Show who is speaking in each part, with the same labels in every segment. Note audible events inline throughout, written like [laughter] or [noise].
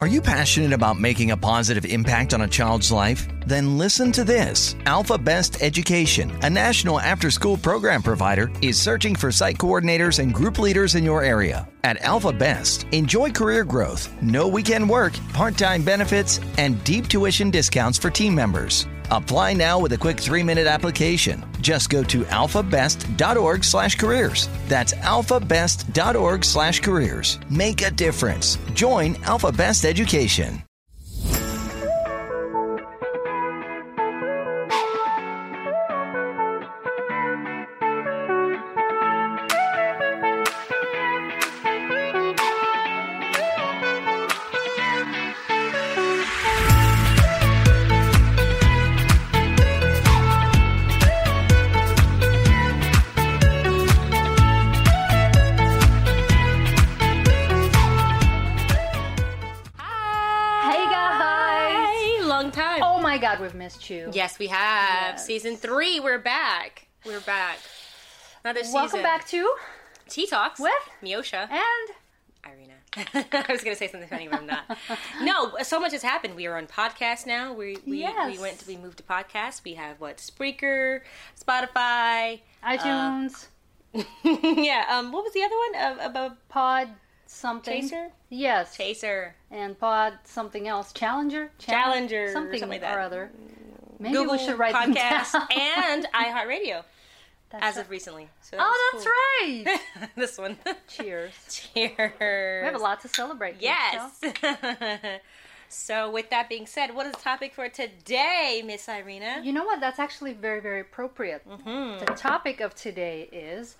Speaker 1: Are you passionate about making a positive impact on a child's life? Then listen to this. Alpha Best Education, a national after school program provider, is searching for site coordinators and group leaders in your area. At Alpha Best, enjoy career growth, no weekend work, part time benefits, and deep tuition discounts for team members. Apply now with a quick three-minute application. Just go to alphabest.org slash careers. That's alphabest.org slash careers. Make a difference. Join Alpha Best Education.
Speaker 2: Hey guys!
Speaker 3: Hey, long time.
Speaker 2: Oh my god, we've missed you.
Speaker 3: Yes, we have. Season three, we're back. We're back. Another season.
Speaker 2: Welcome back to
Speaker 3: Tea Talks
Speaker 2: With-
Speaker 3: Miosha.
Speaker 2: and
Speaker 3: Irina. [laughs] I was going to say something funny, but I'm not. no, so much has happened. We are on podcast now. We we, we
Speaker 2: Yes.
Speaker 3: went we moved to podcast. We have what Spreaker, Spotify. [laughs]
Speaker 2: iTunes
Speaker 3: yeah. Um. What was the other one? Uh, about
Speaker 2: Pod something.
Speaker 3: Chaser.
Speaker 2: Yes.
Speaker 3: Chaser.
Speaker 2: And Pod something else. Challenger. Chal-
Speaker 3: Challenger or
Speaker 2: Something,
Speaker 3: something like
Speaker 2: or
Speaker 3: that.
Speaker 2: other. Maybe
Speaker 3: Google
Speaker 2: we should write them
Speaker 3: Podcasts
Speaker 2: down. [laughs]
Speaker 3: and iHeartRadio
Speaker 2: That's
Speaker 3: as
Speaker 2: a-
Speaker 3: of recently. So
Speaker 2: Oh,
Speaker 3: was
Speaker 2: that's
Speaker 3: cool.
Speaker 2: right.
Speaker 3: [laughs] this one.
Speaker 2: [laughs] Cheers.
Speaker 3: Cheers.
Speaker 2: We have a lot to celebrate. here,
Speaker 3: Yes. [laughs] so, with that being said, what is the topic for today, Miss
Speaker 2: so-
Speaker 3: Irina?
Speaker 2: You know what? That's actually very, very appropriate.
Speaker 3: Mm-hmm.
Speaker 2: The topic of today is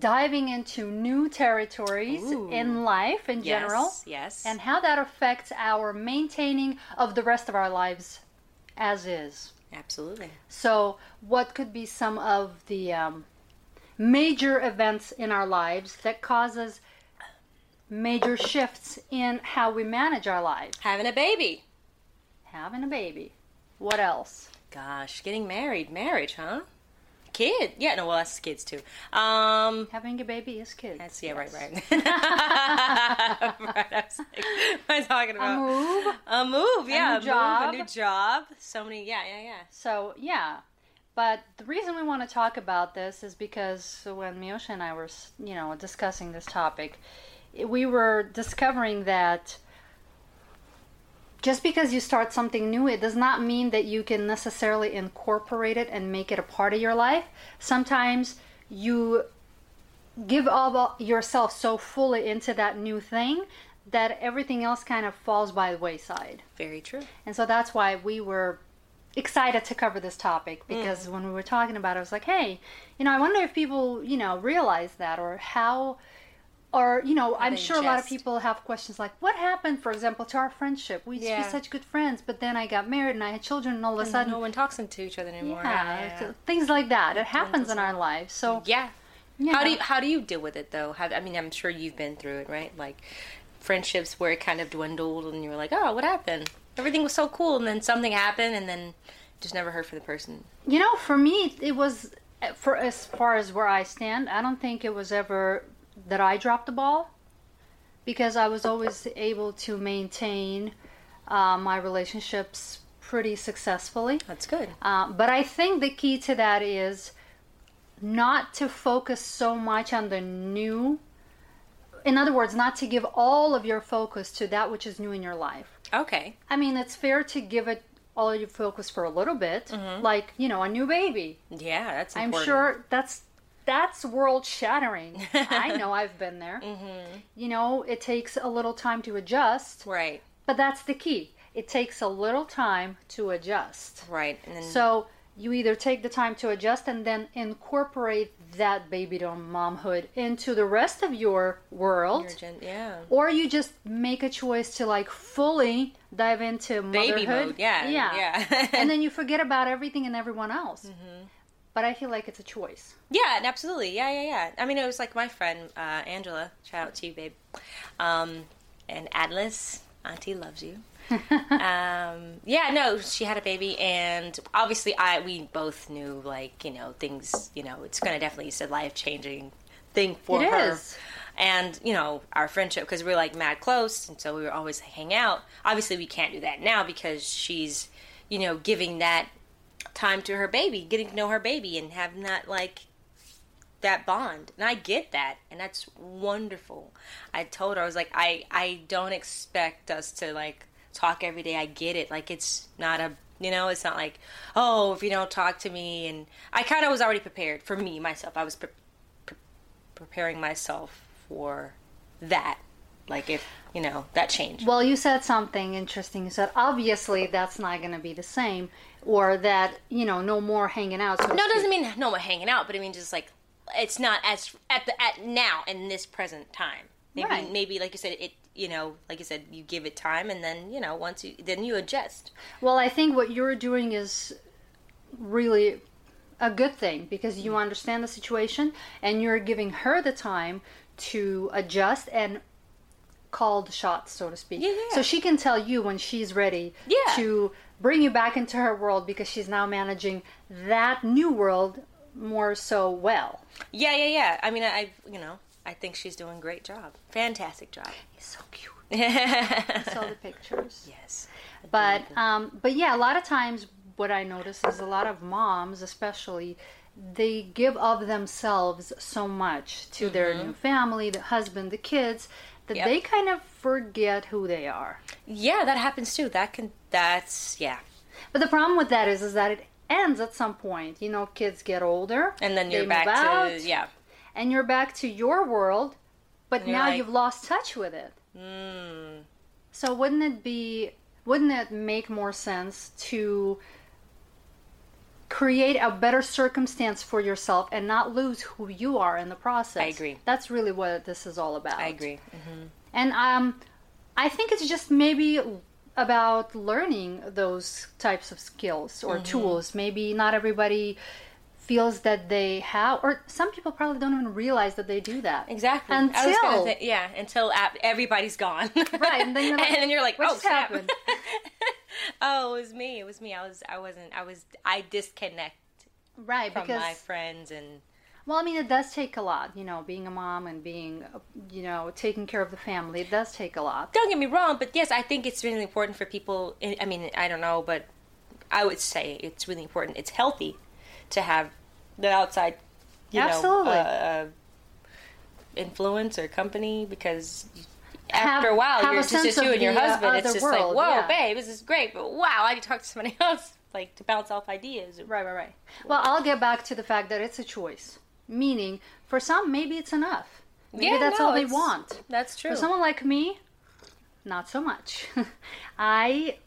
Speaker 2: diving into new territories in life in general.
Speaker 3: Yes. yes.
Speaker 2: and how that affects our maintaining of the rest of our lives as is.
Speaker 3: absolutely.
Speaker 2: So, what could be some of the um, major events in our lives that causes major shifts in how we manage our lives?
Speaker 3: Having a baby.
Speaker 2: Having a baby. What else?
Speaker 3: Gosh, getting married. Marriage, huh? Kid. Yeah, no, well, that's kids too. Um,
Speaker 2: Having a baby is kids.
Speaker 3: that's, yeah, [laughs] right, right. right, I was like, what am I talking about?
Speaker 2: A move.
Speaker 3: A move, yeah.
Speaker 2: new
Speaker 3: a move,
Speaker 2: job.
Speaker 3: a new job. So many, yeah, yeah, yeah.
Speaker 2: So, yeah. But the reason we want to talk about this is because when Miosha and I were, you know, discussing this topic, we were discovering that just because you start something new, it does not mean that you can necessarily incorporate it and make it a part of your life. Sometimes you give all yourself so fully into that new thing that everything else kind of falls by the wayside.
Speaker 3: Very true.
Speaker 2: And so that's why we were excited to cover this topic because when we were talking about it, I was like, hey, you know, I wonder if people, you know, realize that or how, or, you know, I'm
Speaker 3: they
Speaker 2: sure a lot of
Speaker 3: ingest.
Speaker 2: people have questions like, what happened, for example, to our friendship? We used to
Speaker 3: Yeah.
Speaker 2: be such good friends, but then I got married and I had children and all of a sudden,
Speaker 3: No one talks to each other anymore.
Speaker 2: yeah, so things like that. It happens in our lives. So,
Speaker 3: Yeah.
Speaker 2: you
Speaker 3: How do
Speaker 2: know.
Speaker 3: you how do you deal with it though? How, I mean, I'm sure you've been through it, right? Like friendships where it kind of dwindled, and you were like, "Oh, what happened? Everything was so cool, and then something happened, and then just never heard from the person."
Speaker 2: You know, for me, it was for as far as where I stand. I don't think it was ever that I dropped the ball because I was always able to maintain uh, my relationships pretty successfully.
Speaker 3: That's good.
Speaker 2: Uh, but I think the key to that is not to focus so much on the new. In other words, not to give all of your focus to that which is new in your life.
Speaker 3: Okay.
Speaker 2: I mean, it's fair to give it all your focus for a little bit, like you know, a new baby.
Speaker 3: Yeah, that's.
Speaker 2: I'm
Speaker 3: Important.
Speaker 2: sure that's that's world shattering.
Speaker 3: [laughs]
Speaker 2: I know I've been there.
Speaker 3: Mm-hmm.
Speaker 2: You know, it takes a little time to adjust,
Speaker 3: Right.
Speaker 2: but that's the key. It takes a little time to adjust.
Speaker 3: Right. And then
Speaker 2: So you either take the time to adjust and then incorporate that baby dom momhood into the rest of your world.
Speaker 3: your gen- yeah.
Speaker 2: or you just make a choice to like fully dive into motherhood.
Speaker 3: Baby mode. Yeah.
Speaker 2: yeah,
Speaker 3: Yeah. Mm-hmm.
Speaker 2: and
Speaker 3: [laughs]
Speaker 2: then you forget about everything and everyone else. But I feel like it's a choice.
Speaker 3: Yeah, and absolutely. Yeah, yeah, yeah. I mean, it was like my friend uh, Angela. Shout out to you, babe. Um, and Atlas, Auntie loves
Speaker 2: [laughs]
Speaker 3: you. um, yeah, no, she had a baby, and obviously, I we both knew like you know things. You know, it's gonna definitely it's a life changing thing for
Speaker 2: It
Speaker 3: her.
Speaker 2: is.
Speaker 3: and you know our friendship because we were like mad close, and so we were always like, hang out. Obviously, we can't do that now because she's, you know, giving that time to her baby, getting to know her baby, and having that like that bond and i get that and that's wonderful i told her i was like i i don't expect us to like talk every day i get it like it's not a you know it's not like oh if you don't talk to me and i kind of was already prepared for me myself i was pre- pre- preparing myself for that like if you know that changed
Speaker 2: Well, you said something interesting. You said obviously that's not going to be the same, or that you know no more hanging out. So
Speaker 3: no
Speaker 2: to
Speaker 3: it
Speaker 2: speak.
Speaker 3: doesn't mean no we're hanging out but i mean just like it's not as at the at now in this present time maybe
Speaker 2: Right.
Speaker 3: maybe like you said it you know like you said you give it time and then you know once you then you adjust
Speaker 2: Well, I think what you're doing is really a good thing because you understand the situation and you're giving her the time to adjust and call the shots, so to speak.
Speaker 3: Yeah, yeah.
Speaker 2: So she can tell you when she's ready
Speaker 3: Yeah.
Speaker 2: to bring you back into her world because she's now managing that new world more so well.
Speaker 3: yeah yeah yeah i mean i I- you know i think she's doing a great job fantastic [laughs] job
Speaker 2: He's so cute. I
Speaker 3: [laughs]
Speaker 2: saw the pictures.
Speaker 3: yes
Speaker 2: but um, but yeah, a lot of times what I notice is a lot of moms, especially, they give of themselves so much to their new family, the husband, the kids,
Speaker 3: Mm-hmm.
Speaker 2: that
Speaker 3: Yep.
Speaker 2: they kind of forget who they are.
Speaker 3: yeah that happens too that can that's yeah
Speaker 2: But the problem with that is, is that it ends at some point. You know, kids get older,
Speaker 3: and then
Speaker 2: they
Speaker 3: you're
Speaker 2: move
Speaker 3: back
Speaker 2: out,
Speaker 3: to yeah
Speaker 2: and you're back to your world, but
Speaker 3: You're
Speaker 2: now
Speaker 3: like-
Speaker 2: you've lost touch with it.
Speaker 3: Mm,
Speaker 2: So wouldn't it be wouldn't it make more sense to create a better circumstance for yourself and not lose who you are in the process?
Speaker 3: I agree.
Speaker 2: That's really what this is all about.
Speaker 3: i agree
Speaker 2: And um I think it's just maybe about learning those types of skills
Speaker 3: Mm-hmm.
Speaker 2: or tools. Maybe not everybody feels that they have or some people probably don't even realize that they do that.
Speaker 3: Exactly. I was
Speaker 2: Until
Speaker 3: gonna say- yeah, until ap- everybody's gone.
Speaker 2: Right, and then
Speaker 3: [laughs]
Speaker 2: you're like,
Speaker 3: and then you're like,
Speaker 2: "What
Speaker 3: oh,
Speaker 2: just
Speaker 3: snap."
Speaker 2: happened?"
Speaker 3: [laughs] oh, it was me. It was me. I was. I wasn't. I was. I disconnect
Speaker 2: right
Speaker 3: [laughs] from
Speaker 2: because
Speaker 3: my friends and
Speaker 2: Well, I mean, it does take a lot, you know, being a mom and being, uh, you know, taking care of the family. It does take a lot.
Speaker 3: don't get me wrong, but yes, I think it's really important for people. eh, I I mean, I don't know, but I would say it's really important. It's healthy to have the outside, you
Speaker 2: Absolutely.
Speaker 3: know, uh, uh, influence or company because after a while,
Speaker 2: have
Speaker 3: you're
Speaker 2: a
Speaker 3: it's just,
Speaker 2: sense
Speaker 3: you
Speaker 2: of
Speaker 3: and your
Speaker 2: the, uh,
Speaker 3: husband. It's
Speaker 2: other
Speaker 3: just
Speaker 2: world,
Speaker 3: like, whoa,
Speaker 2: yeah.
Speaker 3: babe, this is great, but wow, I need to talk to somebody [laughs] else, like to bounce off ideas.
Speaker 2: Right, right, right. Well, I'll get back to the fact that it's a choice. Meaning, for some, maybe it's enough. Maybe
Speaker 3: Yeah,
Speaker 2: that's
Speaker 3: no,
Speaker 2: all they
Speaker 3: it's-
Speaker 2: want.
Speaker 3: That's true. [laughs]
Speaker 2: For someone like me, not so much. [laughs] I,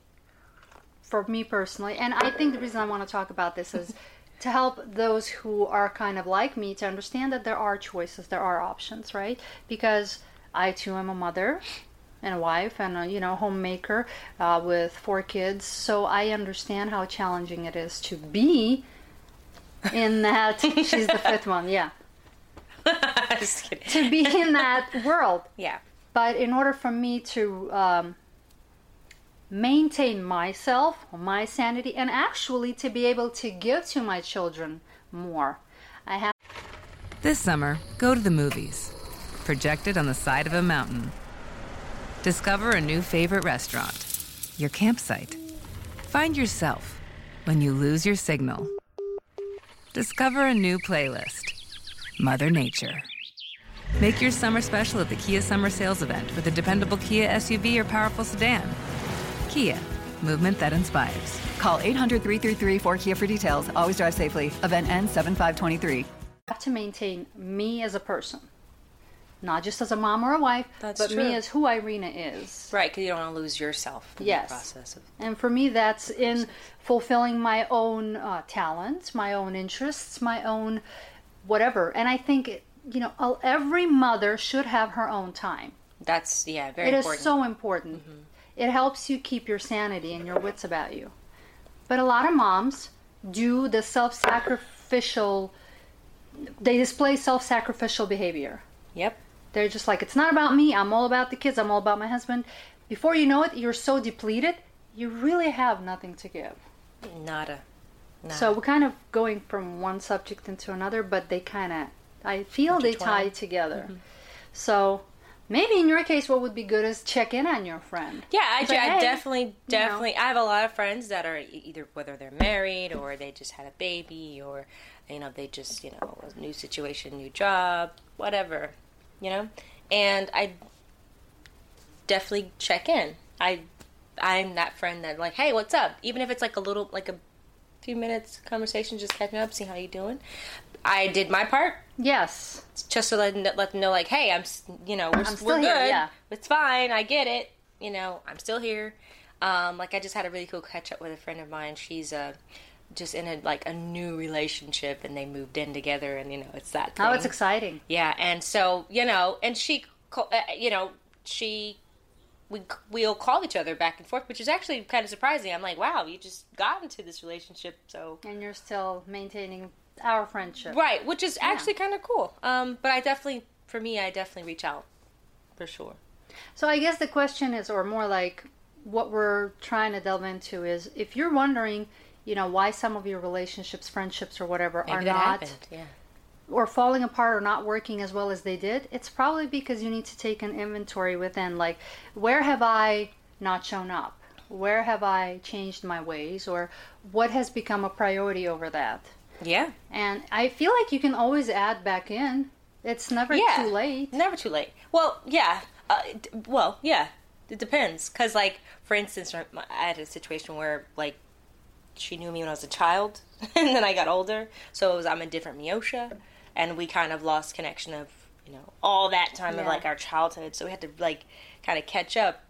Speaker 2: for me personally, and I think the reason I want to talk about this is to help those who are kind of like me to understand that there are choices, there are options, right? Because I too am a mother and a wife and a you know homemaker uh, with four kids, so I understand how challenging it is to be. In that she's the fifth one, yeah.
Speaker 3: Just kidding.
Speaker 2: To be in that world,
Speaker 3: Yeah.
Speaker 2: but in order for me to um, maintain myself, my sanity, and actually to be able to give to my children more, I have.
Speaker 4: This summer, go to the movies. Projected on the side of a mountain. Discover a new favorite restaurant, your campsite. Find yourself when you lose your signal. Discover a new playlist, Mother Nature. Make your summer special at the Kia Summer Sales Event with a dependable Kia SUV or powerful sedan. Kia, movement that inspires.
Speaker 5: Call 800 333 4KIA for details. Always drive safely. Event ends 7523.
Speaker 2: have to maintain me as a person, not just as a mom or a wife,
Speaker 3: That's
Speaker 2: but
Speaker 3: true.
Speaker 2: me as who Irina is.
Speaker 3: Right, because you don't want to lose yourself in
Speaker 2: Yes.
Speaker 3: the process of
Speaker 2: And for me, that's in fulfilling my own uh, talents, my own interests, my own whatever. And I think, you know, all- every mother should have her own time.
Speaker 3: that's yeah very
Speaker 2: It is
Speaker 3: important. Mm-hmm.
Speaker 2: so important. It helps you keep your sanity and your wits about you. But a lot of moms do the self sacrificial, they display self sacrificial behavior.
Speaker 3: yep.
Speaker 2: They're just like, it's not about me. I'm all about the kids. I'm all about my husband. Before you know it, you're so depleted, you really have nothing to give.
Speaker 3: Nada.
Speaker 2: So we're kind of
Speaker 3: Mm-hmm.
Speaker 2: going from one subject into another, but they kind of, I feel they tie together. So maybe in your case, what would be good is check in on your friend.
Speaker 3: Yeah, I,
Speaker 2: Say,
Speaker 3: I
Speaker 2: "Hey,"
Speaker 3: definitely,
Speaker 2: you know.
Speaker 3: definitely. I have a lot of friends that are e- either whether they're married or they just had a baby or, you know, they just, you know, a new situation, new job, whatever, you know? And I definitely check in. I, I'm that friend that, like, hey, what's up? Even if it's like a little, like a few minutes conversation, just catching up, see how you doing. I did my part
Speaker 2: Yes.
Speaker 3: just to let them, let them know, like, hey, I'm, s- you know, we're,
Speaker 2: still
Speaker 3: we're good.
Speaker 2: here, yeah.
Speaker 3: It's fine. I get it. You know, I'm still here. Um, like, I just had a really cool catch up with a friend of mine. She's uh, just in a like a new relationship, and they moved in together, and you know, it's that. Thing.
Speaker 2: Oh, it's exciting.
Speaker 3: Yeah, and so you know, and she, ca- uh, you know, she, we we'll call each other back and forth, which is actually kind of surprising. I'm like, wow, you just got into this relationship, so
Speaker 2: And you're still maintaining our friendship.
Speaker 3: Right, which is actually kind of cool. Um, but I definitely, for me, I definitely reach out for sure.
Speaker 2: So I guess the question is, or more like what we're trying to delve into is if you're wondering, you know, why some of your relationships, friendships, or whatever are
Speaker 3: that
Speaker 2: not,
Speaker 3: happened. Yeah.
Speaker 2: or falling apart or not working as well as they did, it's probably because you need to take an inventory within. Like, where have I not shown up? Where have I changed my ways? Or what has become a priority over that?
Speaker 3: Yeah.
Speaker 2: And I feel like you can always add back in. It's never
Speaker 3: Yeah.
Speaker 2: too late.
Speaker 3: Never too late. Well, yeah. Uh, d- well, yeah. It depends, cause like for instance, my- I had a situation where like she knew me when I was a child, [laughs] and then I got older, so it was I'm a different Miosha, and we kind of lost connection of you know all that time of
Speaker 2: Yeah.
Speaker 3: like our childhood, so we had to like kind of catch up.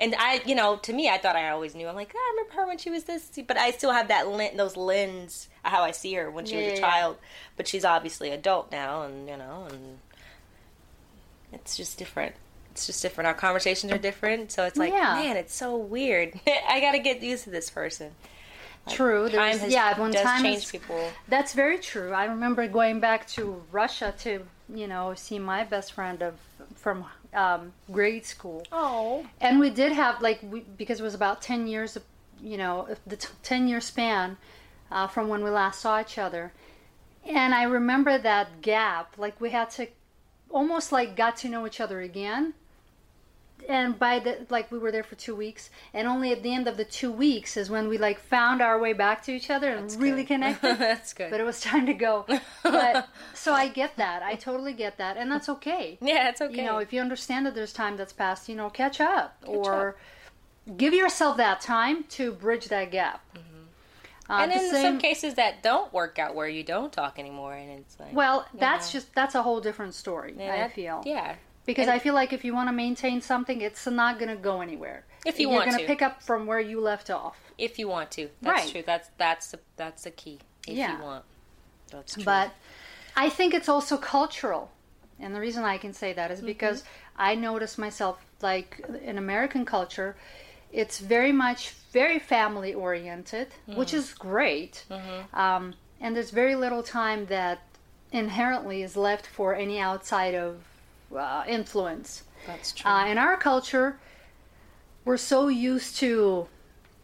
Speaker 3: And I, you know, to me, I thought I always knew. I'm like, "Ah, I remember her when she was this, but I still have that lens, those lens, how I see her when she
Speaker 2: Yeah,
Speaker 3: was
Speaker 2: yeah,
Speaker 3: a
Speaker 2: yeah.
Speaker 3: child. But she's obviously adult now, and you know, and it's just different. It's just different. Our conversations are different, so it's like,
Speaker 2: Yeah.
Speaker 3: man, it's so weird. [laughs] I got to get used to this person.
Speaker 2: True.
Speaker 3: Time
Speaker 2: There's,
Speaker 3: has,
Speaker 2: yeah, when
Speaker 3: does
Speaker 2: time
Speaker 3: change
Speaker 2: is-
Speaker 3: people. [laughs]
Speaker 2: That's very true. I remember going back to Russia to, you know, see my best friend of from um, grade school.
Speaker 3: Oh,
Speaker 2: And we did have like we, because it was about 10 years, you know, the t- 10 year span uh, from when we last saw each other. And I remember that gap, like we had to almost like got to know each other again. And by the like we were there for 2 weeks and only at the end of the 2 weeks is when we like found our way back to each other and really connected
Speaker 3: that's good.
Speaker 2: but it was [laughs] time to go. But so I get that. I totally get that, and that's okay.
Speaker 3: yeah, it's okay.
Speaker 2: You know, if you understand that there's time that's passed, you know, catch up or give yourself that time to bridge that gap. Uh,
Speaker 3: Mm-hmm. and
Speaker 2: the
Speaker 3: in
Speaker 2: same-
Speaker 3: some cases that don't work out, where you don't talk anymore, and it's like,
Speaker 2: well, that's just that's a whole different story.
Speaker 3: yeah,
Speaker 2: I
Speaker 3: that-
Speaker 2: feel
Speaker 3: yeah,
Speaker 2: because I feel like if you want to maintain something, it's not going to go anywhere.
Speaker 3: If you
Speaker 2: You're
Speaker 3: want
Speaker 2: gonna
Speaker 3: to.
Speaker 2: pick up from where you left off.
Speaker 3: if you want to, that's
Speaker 2: Right.
Speaker 3: true. That's that's the that's the key. If
Speaker 2: Yeah.
Speaker 3: you want, that's true.
Speaker 2: but I think it's also cultural. And the reason I can say that
Speaker 3: Mm-hmm.
Speaker 2: is because I notice myself like in American culture, it's very much very family oriented, which
Speaker 3: Mm.
Speaker 2: is great.
Speaker 3: Mm-hmm.
Speaker 2: Um, and there's very little time that inherently is left for any outside of uh, influence.
Speaker 3: that's true.
Speaker 2: Uh, in our culture, we're so used to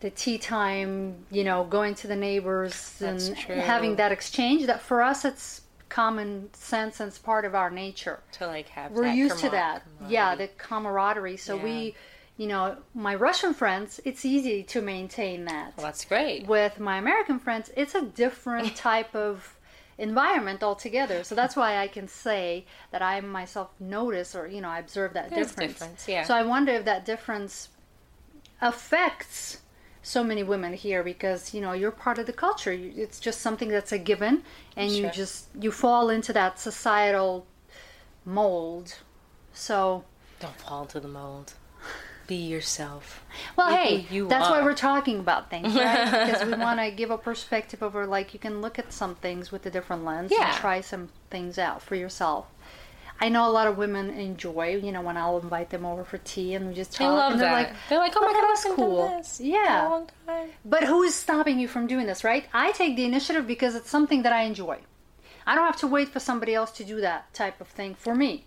Speaker 2: the tea time, you know, going to the neighbors
Speaker 3: That's
Speaker 2: and
Speaker 3: true.
Speaker 2: having that exchange that for us it's common sense and it's part of our nature.
Speaker 3: to like have
Speaker 2: We're
Speaker 3: that
Speaker 2: used to
Speaker 3: camar-
Speaker 2: that. Yeah, the camaraderie. So
Speaker 3: Yeah.
Speaker 2: we, you know, my Russian friends, it's easy to maintain that.
Speaker 3: Well, that's great.
Speaker 2: With my American friends, it's a
Speaker 3: [laughs]
Speaker 2: different type of environment altogether. So that's why I can say that I myself notice or, you know, I observe that
Speaker 3: There's
Speaker 2: difference.
Speaker 3: difference, yeah.
Speaker 2: So I wonder if that difference affects so many women here because, you know, you're part of the culture. You- It's just something that's a given and you
Speaker 3: Sure.
Speaker 2: just you fall into that societal mold. So
Speaker 3: Don't fall into the mold. Be yourself.
Speaker 2: Well,
Speaker 3: You-
Speaker 2: hey,
Speaker 3: you
Speaker 2: that's why
Speaker 3: are.
Speaker 2: we're talking about things,
Speaker 3: [laughs]
Speaker 2: right? because we want to give a perspective over, like, you can look at some things with a different lens
Speaker 3: Yeah.
Speaker 2: and try some things out for yourself. I know a lot of women enjoy, you know, when I'll invite them over for tea and we just
Speaker 3: They
Speaker 2: talk.
Speaker 3: love
Speaker 2: and
Speaker 3: that.
Speaker 2: they're like,
Speaker 3: they're like, oh my
Speaker 2: "Oh,
Speaker 3: god,
Speaker 2: that
Speaker 3: I
Speaker 2: was
Speaker 3: haven't done
Speaker 2: cool."
Speaker 3: this
Speaker 2: Yeah.
Speaker 3: in a long time.
Speaker 2: But who is stopping you from doing this, right? I take the initiative because it's something that I enjoy. I don't have to wait for somebody else to do that type of thing for me.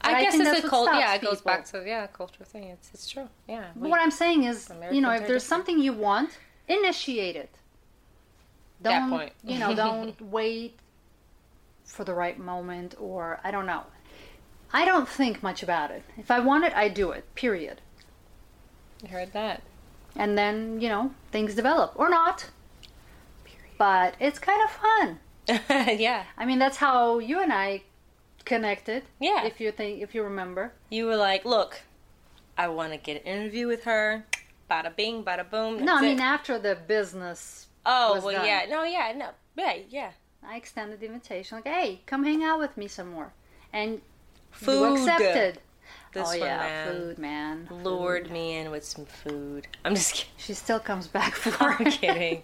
Speaker 2: But I
Speaker 3: I guess
Speaker 2: think
Speaker 3: it's
Speaker 2: that's
Speaker 3: a
Speaker 2: what
Speaker 3: cult. Yeah, it
Speaker 2: stops
Speaker 3: goes
Speaker 2: people.
Speaker 3: back to yeah, culture thing. It's it's true. Yeah.
Speaker 2: But
Speaker 3: we-
Speaker 2: what I'm saying is, you
Speaker 3: Americans
Speaker 2: know,
Speaker 3: are
Speaker 2: if there's
Speaker 3: different.
Speaker 2: something you want, initiate it.
Speaker 3: That
Speaker 2: Don't,
Speaker 3: point.
Speaker 2: you
Speaker 3: [laughs]
Speaker 2: know, don't wait for the right moment or I don't know. I don't think much about it. If I want it, I do it, period.
Speaker 3: I heard that. [laughs]
Speaker 2: And then, you know, things develop or not. But it's kind of fun.
Speaker 3: yeah.
Speaker 2: I mean, that's how you and I connected.
Speaker 3: Yeah.
Speaker 2: If you think, if you remember.
Speaker 3: You were like, look, I want to get an interview with her. Bada bing, bada boom.
Speaker 2: No, I
Speaker 3: that's
Speaker 2: mean
Speaker 3: it.
Speaker 2: after the business.
Speaker 3: Oh,
Speaker 2: was
Speaker 3: well,
Speaker 2: done.
Speaker 3: yeah. No, yeah, no. Yeah, yeah.
Speaker 2: I extended the invitation, like, hey, come hang out with me some more, and
Speaker 3: Food.
Speaker 2: you accepted.
Speaker 3: This
Speaker 2: oh
Speaker 3: one,
Speaker 2: yeah,
Speaker 3: man.
Speaker 2: food, man.
Speaker 3: Lured me in with some food. I'm just kidding.
Speaker 2: She still
Speaker 3: [laughs]
Speaker 2: comes back for
Speaker 3: I'm
Speaker 2: [laughs]
Speaker 3: kidding.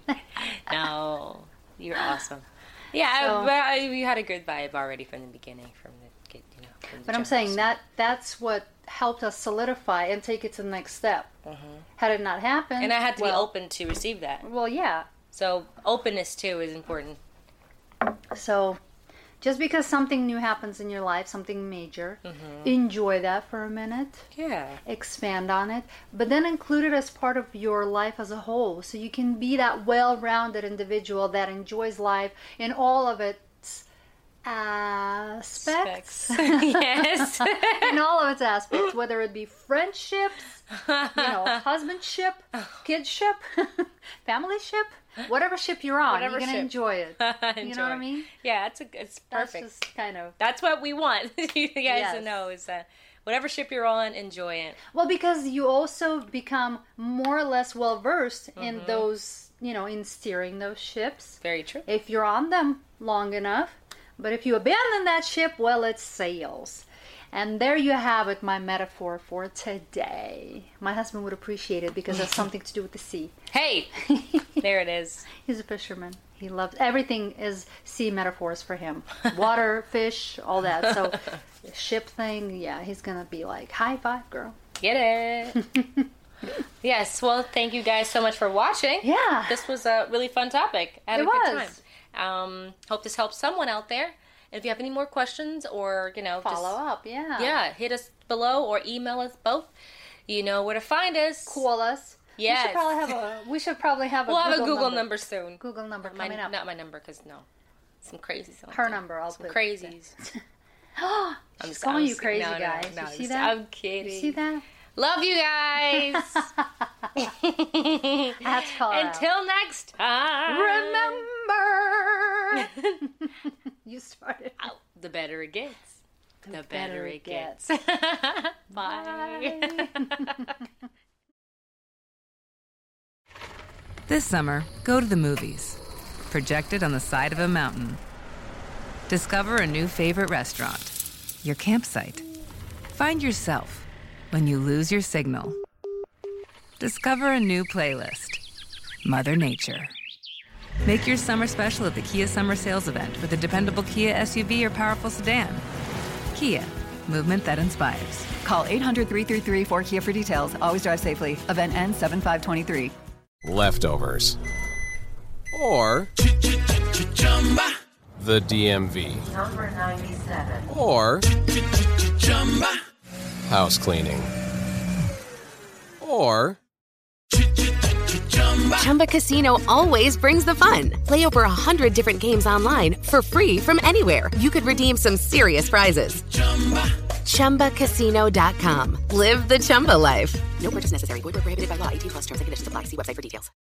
Speaker 3: No, you're awesome. [laughs] Yeah,
Speaker 2: So-
Speaker 3: I, but I, you had a good vibe already from the beginning. From the get, you know. From the
Speaker 2: But I'm
Speaker 3: jump,
Speaker 2: saying
Speaker 3: so-
Speaker 2: that that's what helped us solidify and take it to the next step. Had it not happened,
Speaker 3: Uh-huh. and I had to
Speaker 2: well,
Speaker 3: be open to receive that.
Speaker 2: Well, yeah.
Speaker 3: So openness too is important.
Speaker 2: So, just because something new happens in your life, something major,
Speaker 3: Mm-hmm.
Speaker 2: enjoy that for a minute.
Speaker 3: Yeah.
Speaker 2: expand on it, but then include it as part of your life as a whole. So you can be that well rounded individual that enjoys life in all of its
Speaker 3: [laughs]
Speaker 2: aspects.
Speaker 3: yes.
Speaker 2: [laughs]
Speaker 3: [laughs]
Speaker 2: in all of its aspects, whether it be friendships, you know,
Speaker 3: [laughs]
Speaker 2: husbandship, kidship, [laughs] familyship, whatever ship you're on,
Speaker 3: Whatever
Speaker 2: you're going to
Speaker 3: ship.
Speaker 2: enjoy
Speaker 3: [laughs]
Speaker 2: it. You know what I
Speaker 3: Enjoy.
Speaker 2: mean?
Speaker 3: Yeah, it's a, it's
Speaker 2: That's
Speaker 3: perfect.
Speaker 2: just kind of.
Speaker 3: That's what we want [laughs] you guys
Speaker 2: Yes.
Speaker 3: to know is that whatever ship you're on, enjoy it.
Speaker 2: Well, because you also become more or less well versed
Speaker 3: Mm-hmm.
Speaker 2: in those, you know, in steering those ships.
Speaker 3: Very true.
Speaker 2: if you're on them long enough. But if you abandon that ship, well, it sails. And there you have it, my metaphor for today. My husband would appreciate it because that's something to do with the sea. [laughs]
Speaker 3: Hey, there it is.
Speaker 2: He's a fisherman. He loves everything is sea metaphors for him.
Speaker 3: [laughs]
Speaker 2: Water, fish, all that. So the ship thing, yeah, he's gonna be like, high five, girl.
Speaker 3: Get it.
Speaker 2: [laughs]
Speaker 3: yes. Well, thank you guys so much for watching.
Speaker 2: Yeah.
Speaker 3: This was a really fun topic. I had
Speaker 2: It
Speaker 3: a
Speaker 2: was.
Speaker 3: good time. Um, hope this helps someone out there. And if you have any more questions or, you know,
Speaker 2: Follow
Speaker 3: just,
Speaker 2: up, yeah.
Speaker 3: Yeah, hit us below or email us both. You know where to find us.
Speaker 2: Call us. We should
Speaker 3: Yes.
Speaker 2: probably have a we should probably have a
Speaker 3: We'll have
Speaker 2: Google
Speaker 3: a Google number,
Speaker 2: number.
Speaker 3: soon.
Speaker 2: Google number
Speaker 3: my,
Speaker 2: coming up.
Speaker 3: Not my number, because no. Some crazy stuff.
Speaker 2: Her number, I'll
Speaker 3: Some
Speaker 2: put- [laughs]
Speaker 3: crazies. I'm
Speaker 2: She's
Speaker 3: so- I'm
Speaker 2: calling you
Speaker 3: so-
Speaker 2: crazy,
Speaker 3: no, no,
Speaker 2: guys.
Speaker 3: no,
Speaker 2: you
Speaker 3: I'm
Speaker 2: see
Speaker 3: so-
Speaker 2: that?
Speaker 3: I'm kidding.
Speaker 2: You see that?
Speaker 3: Love you guys.
Speaker 2: [laughs]
Speaker 3: [laughs]
Speaker 2: That's called.
Speaker 3: Until next time.
Speaker 2: remember. [laughs] you started.
Speaker 3: Oh, the better it gets. The, better,
Speaker 2: better it
Speaker 3: it gets. [laughs] Bye.
Speaker 4: This summer, go to the movies. Projected on the side of a mountain. Discover a new favorite restaurant. Your campsite. Find yourself when you lose your signal. Discover a new playlist. Mother Nature. Make your summer special at the Kia Summer Sales Event with a dependable Kia SUV or powerful sedan. Kia, movement that inspires.
Speaker 5: Call 800 333 4KIA for details. Always drive safely. Event ends 7523.
Speaker 6: leftovers, or the DMV,
Speaker 7: Number 97.
Speaker 6: or house cleaning, or
Speaker 8: Chumba Casino always brings the fun. Play over a hundred different games online for free from anywhere. You could redeem some serious prizes. ChumbaCasino.com. Live the Chumba life. No purchase necessary. Void where prohibited by law. 18 plus. Terms and conditions apply. See website for details.